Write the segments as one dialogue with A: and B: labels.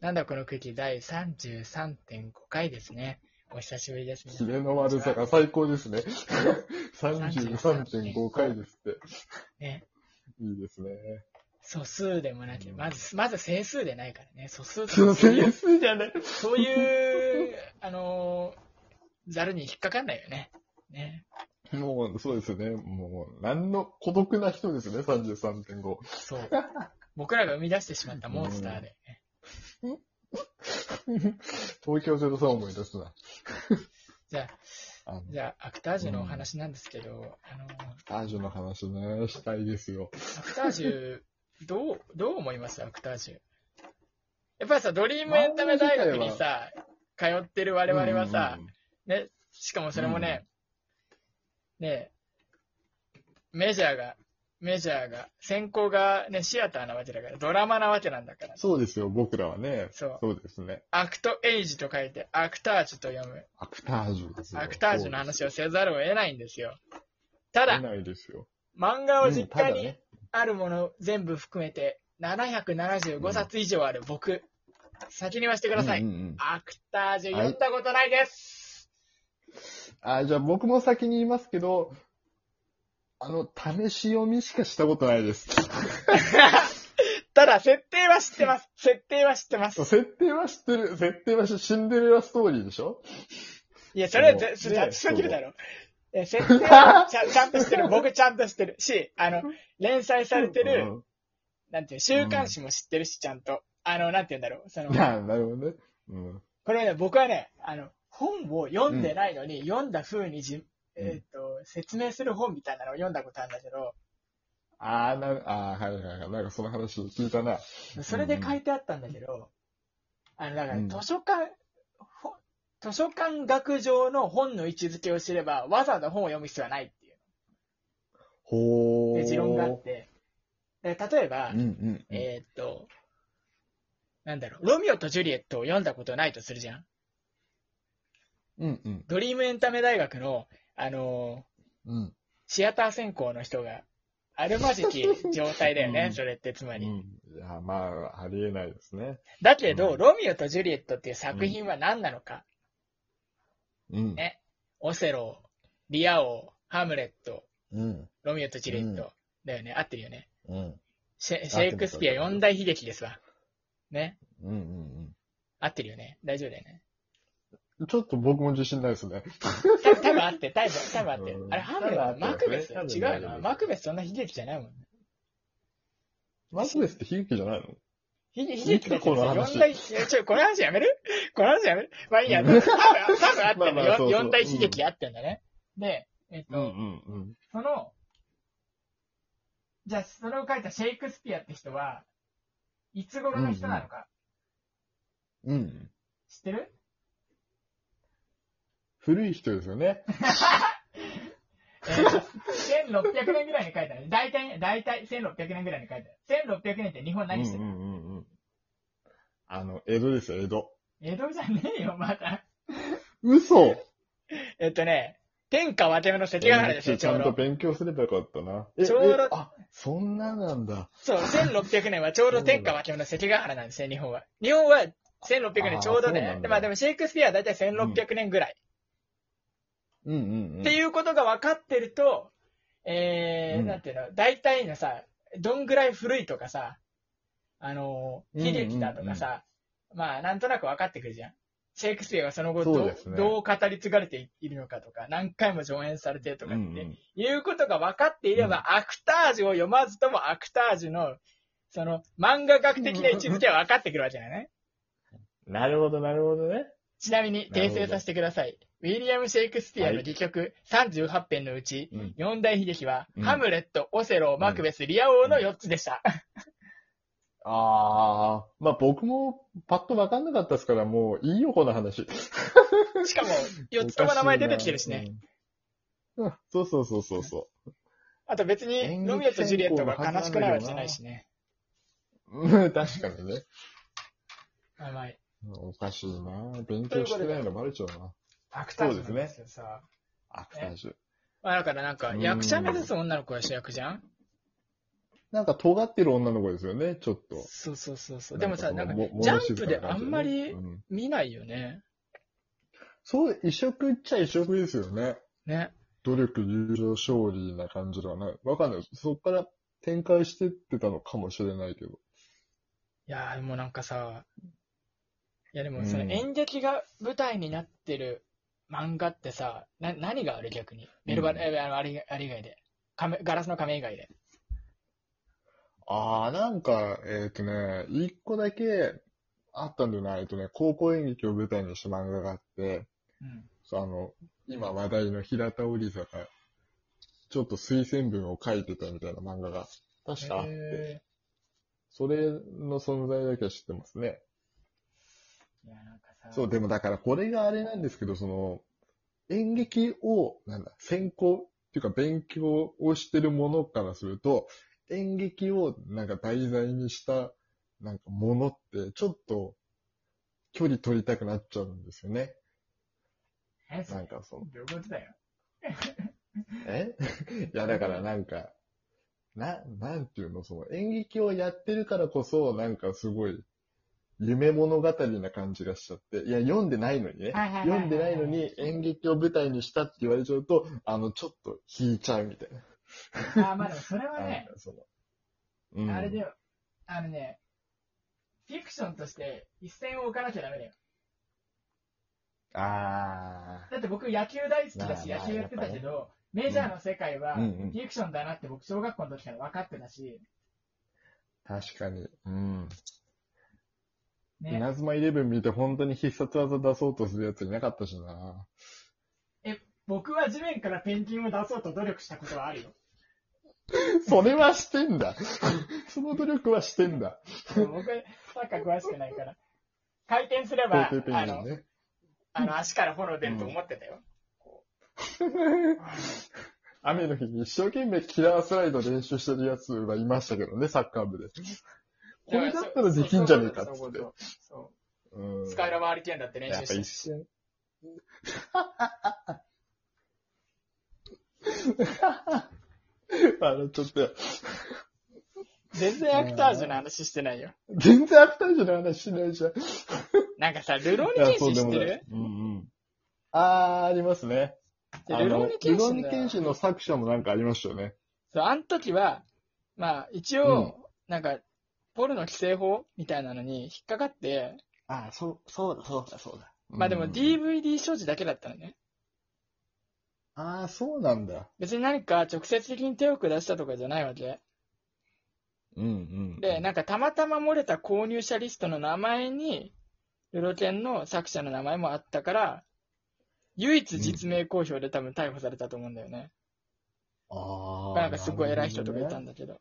A: なんだこの空気第33.5回ですね。お久しぶりですね。
B: キレの悪さが最高で すね。33.5回ですって。
A: ね。
B: いいですね。
A: 素数でもなき、まず、まず整数でないからね。素数と
B: そう、
A: かそういう、
B: 先生じゃね。
A: そういう、あのーざるに引っかかんないよね。ね。
B: もう、そうですね。もう、なんの孤独な人ですね、33.5。
A: そう。僕らが生み出してしまったモンスターで、ね。
B: 東京ゼロさん思い出すな。
A: じゃあ、
B: あの、
A: じゃあ、アクタージュのお話なんですけど、あのー
B: スタージュの話ね、したいですよ。
A: アクタージュ、どう、どう思いますアクタージュ。やっぱりさ、ドリームエンタメ大学にさ、通ってる我々はさ、
B: うんうん
A: ね、しかもそれもね、ね、メジャーが、メジャーが、先行がね、シアターなわけだから、ドラマなわけなんだから。
B: そうですよ、僕らはね。
A: そう
B: そうですね。
A: アクトエイジと書いて、アクタージュと読む。
B: アクタージュですよ。
A: アクタージュの話をせざるを得ないんですよ。た
B: そうです
A: だ
B: 出、ないですよ。
A: 漫画を
B: うん
A: 実
B: た
A: 家
B: だ
A: に
B: ね。
A: あるもの全部含めて、775冊以上ある僕、先に言わせてください。
B: うんうんうん
A: アクタージュ読んだことないです、
B: あ、じゃあ僕も先に言いますけど、あの、試し読みしかしたことないです。
A: ただ、設定は知ってます設定は知ってます
B: 設定は知ってる。設定は知シンデレラストーリーでしょ
A: いや、それは
B: も
A: ぜ、
B: う
A: それは
B: ね
A: 知ってるだろ。え、設定はちゃ んちゃんと知ってる。僕ちゃんと知ってるし、あの、連載されてる、なんていう、週刊誌も知ってるし、ちゃんと。あの、なんていうんだろう。その
B: うん。、 ななるほどね。うん。
A: これね、僕はね、あの、本を読んでないのに、読んだ風にじ、えっ、と、説明する本みたいなのを読んだことあるんだけど、
B: あーな、あーはいはいはい。なんかその話聞いたな。
A: それで書いてあったんだけど、あの、だから
B: うん
A: 図書館、ほ図書館学上の本の位置づけを知れば、わざわざ本を読む必要はないっていう。
B: ほー。
A: で、持論があって。で例えば、
B: うんうんうん。
A: えーっと、なんだろう、ロミオとジュリエットを読んだことないとするじゃん。
B: うんうん。
A: ドリームエンタメ大学の、あの
B: うん。
A: ーシアター専攻の人が、あるまじき状態だよね、
B: うん
A: それってつま
B: う
A: り。
B: ん。いや、まあ、ありえないですね。
A: だけど、
B: うん
A: ロミオとジュリエットっていう作品は何なのか。
B: うん。
A: ねオセロ、リア王、ハムレット、
B: うん。
A: ロミオとジュリエット。
B: う
A: だよね、合ってるよね。
B: うん。
A: シェシェイクスピア四大悲劇ですわ。ね
B: うんうん
A: 合ってるよね。大丈夫だよね。
B: うん。ちょっと僕も自信ないですね。
A: 多分多分あって、多分、多分あって
B: う。ん
A: あれ、ハムレは
B: 多分あ
A: マ
B: って
A: クベス
B: 多分
A: 違うな。マクベスそんな悲劇じゃないもんね。
B: マジですって悲劇じゃないの
A: 悲悲劇だってさ、
B: いいかこの話
A: 四大、いやちょ、この話やめるこの話やめるまあいいや、
B: う
A: 多
B: ん
A: 分、多分あってん
B: ま
A: だ
B: あまあ
A: よ
B: そうそう
A: 四大悲劇あってんだね。で、えっ
B: うん
A: と、
B: うんうん。
A: その、じゃあ、それを書いたシェイクスピアって人は、いつ頃の人なのか、
B: うん。
A: 知ってる
B: 古い人ですよね。
A: えーと1600年ぐらいに書いたね。大体、大体1600年ぐらいに書いた。1600年って日本何して
B: う
A: る
B: んうんうんうん。あの、江戸ですよ、江戸。
A: 江戸じゃねえよ、まだ。
B: 嘘
A: えっとね、天下分け目の関ヶ原ですよ、
B: ち
A: ちょ
B: ゃ
A: うん
B: と
A: ど。
B: 勉強すればよかったな。え
A: ちょうど
B: えあ、そんななんだ。
A: そう、1600年はちょうど天下分け目の関ヶ原なんですね、日本は。日本は1600年ちょうど
B: あーそうな
A: ね
B: ん。だ
A: でまあでもシェイクスピアは大体1600年ぐらい。
B: うんうんうん。
A: って
B: う。
A: いうことが分かってると、えー、
B: うん
A: なんていうの、大体のさ、どんぐらい古いとかさ、あのー、悲劇だとかさ、まあなんとなく分かってくるじゃん。シェイクスピアがその後
B: そ
A: ど
B: う
A: う,、
B: ですね
A: どう語り継がれているのかとか、何回も上演されてるとかって、
B: うんうん
A: いうことが分かっていれば、アクタージュを読まずともアクタージュの、その、漫画学的な位置づけは分かってくるわけだよね。
B: なるほど、なるほどね。
A: ちなみに、訂正させてください。ウィリアム・シェイクスピアの戯曲38編のうち、
B: うん。
A: 四大悲劇は、
B: うん
A: ハムレット、オセロ、マクベス、リア王の4つで した。
B: あー、まあ僕もパッとわかんなかったですから、もういいよ、この話。
A: しかも、4つとも名前出てきてるしね。
B: うん。うんそうそうそうそうそ
A: あと別に、ロミオとジュリエットが悲しくないわけじゃないしね。
B: ううん。確かにね。
A: まあまあ
B: おかしいな勉強してないのバレちゃうな。
A: アクタージュなんですよさ。
B: アクタージュ。
A: まあだからなんか、
B: うん
A: 役者目指す女の子が主役じゃん
B: なんか尖ってる女の子ですよね、ちょっと。
A: そうそうそうそう。でもさ、なんか、
B: そのも
A: ジャン
B: 物
A: プ
B: 静
A: で
B: かな
A: あ
B: 感じ
A: んま
B: ね
A: り
B: うん
A: 見ないよね。
B: そう、異色っちゃ異色ですよね。
A: ね。
B: 努力、友情、勝利な感じではない。わかんない。そっから展開してってたのかもしれないけど。
A: いやー、でもなんかさ、いやでもそうの
B: ん
A: 演劇が舞台になってる漫画ってさ、な何がある逆に。メルバ、
B: うん
A: えあのあれあれ以外で。亀ガラスの仮面以外で。
B: ああ、なんか、えっ、とね、一個だけあったんだよな、えっ、とね、高校演劇を舞台にした漫画があって、
A: うん。
B: そうあの、今話題の平田織沙が、ちょっと推薦文を書いてたみたいな漫画が、確かあって、
A: へ
B: それの存在だけは知ってますね。
A: ーいやなんかさ、
B: そう、でもだからこれがあれなんですけど、その、演劇を、なんだ、専攻っていうか勉強をしてるものからすると、演劇をなんか題材にした、なんかものって、ちょっと、距離取りたくなっちゃうんですよね。
A: え、そ
B: な
A: れ
B: んかその、
A: どういうことだよ。
B: え いや、だからなんか、な、なんていうの、その演劇をやってるからこそ、なんかすごい、夢物語な感じがしちゃって、いや、読んでないのにね、
A: はいはいはいはい
B: 読んでないのに演劇を舞台にしたって言われちゃうと、あの、ちょっと引いちゃうみたいな。
A: あー、まあでもそれは
B: なん
A: ね
B: か、そのうん、
A: あれだよ。あのね、フィクションとして一線を置かなきゃダメだよ。
B: あ
A: だって僕野球大好きだし、
B: まあまあ
A: 野球やってたけど、メジャーの世界は
B: う
A: フ
B: んうん
A: ィクションだなって僕小学校の時から分かってたし、
B: ー、確かに。うん。
A: ね。
B: 稲妻イレブン見て本当に必殺技出そうとするやついなかったしな。
A: 僕は地面からペンギンを出そうと努力したことはあるよ。
B: それはしてん だ。その努力はしてんだ。
A: でも僕、サッカー詳しくないから。回転すれば、
B: 皇帝ペン
A: あ
B: ギン
A: の、
B: ね。
A: あの足から炎出ると思ってたよ。
B: 雨の日に一生懸命キラースライド練習してるやつはいましたけどね、サッカー部で。これだったらできんじゃねえかっつ
A: そう
B: って
A: そう。そううんスカイラバーリケーンだって練
B: や
A: 習
B: っぱ
A: して
B: 一 瞬。笑っちゃったよ。
A: 全然アクタージュの話してないよ。
B: 全然アフタージュの話しないじゃん。
A: なんかさ、ルロー
B: い
A: ニケ
B: や
A: ンシン知って
B: な
A: る
B: い。うんうん。あー、ありますね。
A: いや
B: あの
A: ルローニケ
B: ル
A: ン
B: ロ
A: シ
B: ー
A: ン
B: ニ
A: だ
B: ケンシンの作者もなんかありましたよね。
A: そう、あの時は、まあ一応、なんか、ポルの規制法みたいなのに引っかかって、
B: あー、そう、そうだ、そうだ、そうだ。
A: まあでも
B: うん
A: DVD 所持だけだったのね。
B: ああ、そうなんだ。
A: 別に何か直接的に手を下したとかじゃないわけ。
B: うんうん
A: で、なんかたまたま漏れた購入者リストの名前に、ルロケンの作者の名前もあったから、唯一実名公表で多分逮捕されたと思うんだよね。
B: ああ。
A: なんかすごい偉い人とかいたん
B: だ。
A: だけど。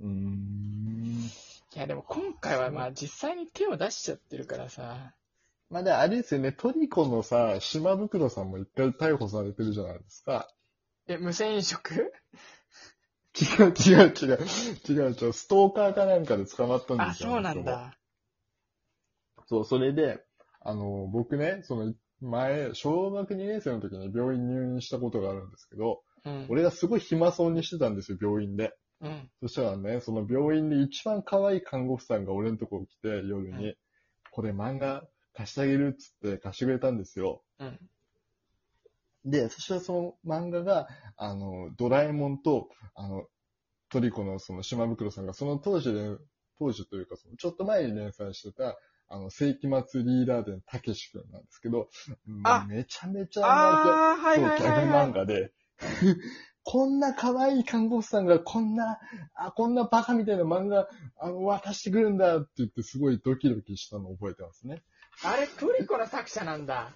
B: うーん。
A: いやでも今回はまあ実際に手を出しちゃってるからさ。
B: まあ、で、あれですよね、トリコのさ、島袋さんも一回逮捕されてるじゃないですか。
A: え、無銭飲食
B: 違う違う違う。違う違う。ストーカーかなんかで捕まったん
A: あ、
B: ですよ。
A: そうな
B: あの
A: ん
B: 人も。
A: だ。
B: そう、それで、あの、僕ね、その、前、小学2年生の時に病院入院したことがあるんですけど、
A: うん。
B: 俺がすごい暇そうにしてたんですよ、病院で。
A: うん。
B: そしたらね、その病院で一番可愛い看護婦さんが俺のとこ来て、夜
A: う
B: に、これ漫画貸してあげるっつって貸してくれたんですよ。
A: うん。
B: で、そしたらその漫画が、あの、ドラえもんと、あの、トリコのその島袋さんが、その当時で、当時というか、そのちょっと前に連載してた、あの、世紀末リーダー伝たけし君なんですけど、
A: あ
B: めちゃめちゃ漫画
A: ああ、はい
B: そう
A: は、い
B: ギ
A: は
B: ャ
A: い、
B: グ
A: は
B: 漫
A: い。
B: 画で、 こんな可愛い看護師さんがこんな、あ、こんなバカみたいな漫画、あの、渡してくるんだって言ってすごいドキドキしたのを覚えてますね。
A: あれ、トリコの作者なんだ。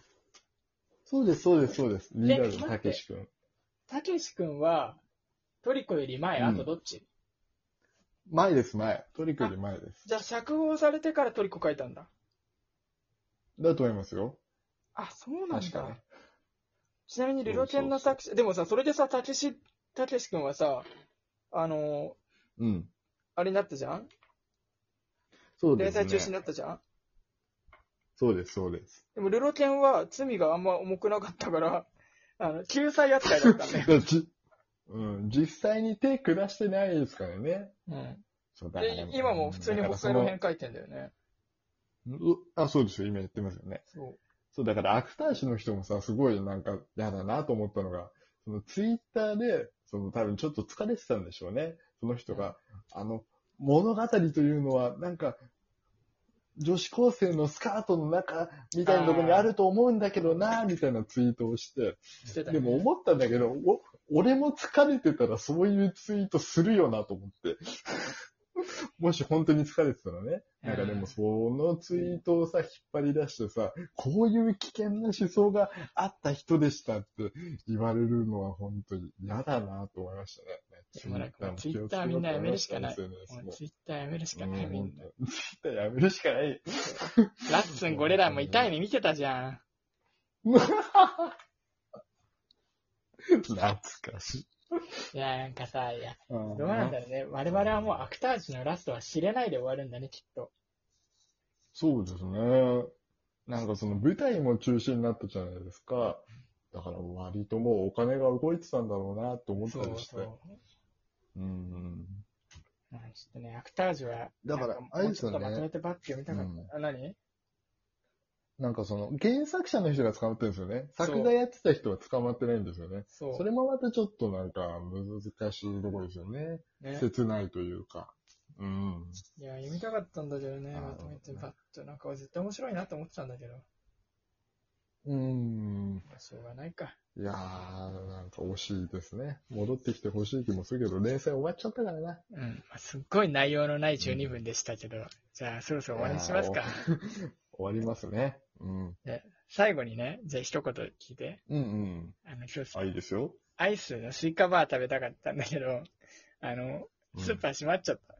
B: そうです、そうです、そうです。リーダーのたけし君。
A: たけし君は、トリコより前、
B: うん
A: あとどっち、
B: 前です、前。トリックより前です。
A: じゃあ、釈放されてからトリコ書いたんだ。
B: だと思いますよ。
A: あ、そうなん
B: 確かね
A: だ。。ちなみに、ルロケンの作者、でもさ、それでさ、たけし、たけし君はさ、あの
B: うん。
A: ーあれになったじゃん
B: そうで
A: 連
B: す
A: 載中止に
B: ね。
A: なったじゃん
B: そうです、そうです。
A: でも、ルロケンは罪があんま重くなかったから、あの、救済扱いだったんだよ。
B: だちうん、実際に手下してないですからね。
A: うん。
B: そうだから
A: で、今も普通に
B: だか
A: 北
B: らそ
A: 海道編書いてんだよね。
B: うあ、そうですよ。今やってますよね。
A: そう。
B: そう、だから、芥石の人もさ、すごいなんか嫌だなと思ったのが、そのツイッターで、その多分ちょっと疲れてたんでしょうね。その人が、あの、物語というのは、なんか、女子高生のスカートの中みたいなところにあると思うんだけどな、みたいなツイートをして、
A: してた、ね。
B: でも思ったんだけど、お俺も疲れてたらそういうツイートするよなと思って。 もし本当に疲れてたらね。なんかでもそのツイートをさ、引っ張り出してさ、こういう危険な思想があった人でしたって言われるのは本当に嫌だなと思いましたね。
A: しばらくもうツイッターみんなやめるしかない。もうツイッターやめるし
B: ツイ
A: かない、みん
B: ッ
A: な。
B: ターやめるしかない。
A: ラッツン、ゴレラも痛い目見てたじゃん。
B: 懐かしい。
A: いや、なんかさ、いや、
B: ど
A: どうなんだろうね。我々はもうアクタージュのラストは知れないで終わるんだね、きっと。
B: そうですね。なんかその舞台も中止になったじゃないですか。だから割ともうお金が動いてたんだろうなと思った
A: そう
B: りして。
A: そう。
B: うん。
A: うんちょっとね、アクタージュは、
B: だか
A: な
B: ら
A: ん
B: あれ
A: もう
B: です
A: ちょ
B: よ
A: っ
B: ね
A: とまとめてバッて読みたかった。あ、何
B: なんかその原作者の人が捕まってるんですよね。
A: そう
B: 作画やってた人は捕まってないんですよね。
A: そう。
B: それもまたちょっとなんか難しいところですよね。
A: ね、
B: 切ないというか。うん。
A: いや、読みたかったんだけどね、
B: あー
A: まとめて
B: なるほどね
A: バッと。なんか絶対面白いなと思ってたんだけど。
B: うん。
A: まあしょうがないか。
B: いやー、なんか惜しいですね。戻ってきてほしい気もするけど、連載終わっちゃったからな。
A: うん。まあ、すっごい内容のない12分でしたけど、じゃあそろそろ終わりにしますか
B: い。終わりますね。うん。
A: 最後にね、じゃあ一言聞いて。
B: うんうん。
A: あの、今日
B: あ、いいですよ。
A: アイスのスイカバー食べたかったんだけど、あの、
B: うん
A: スーパー閉まっちゃった。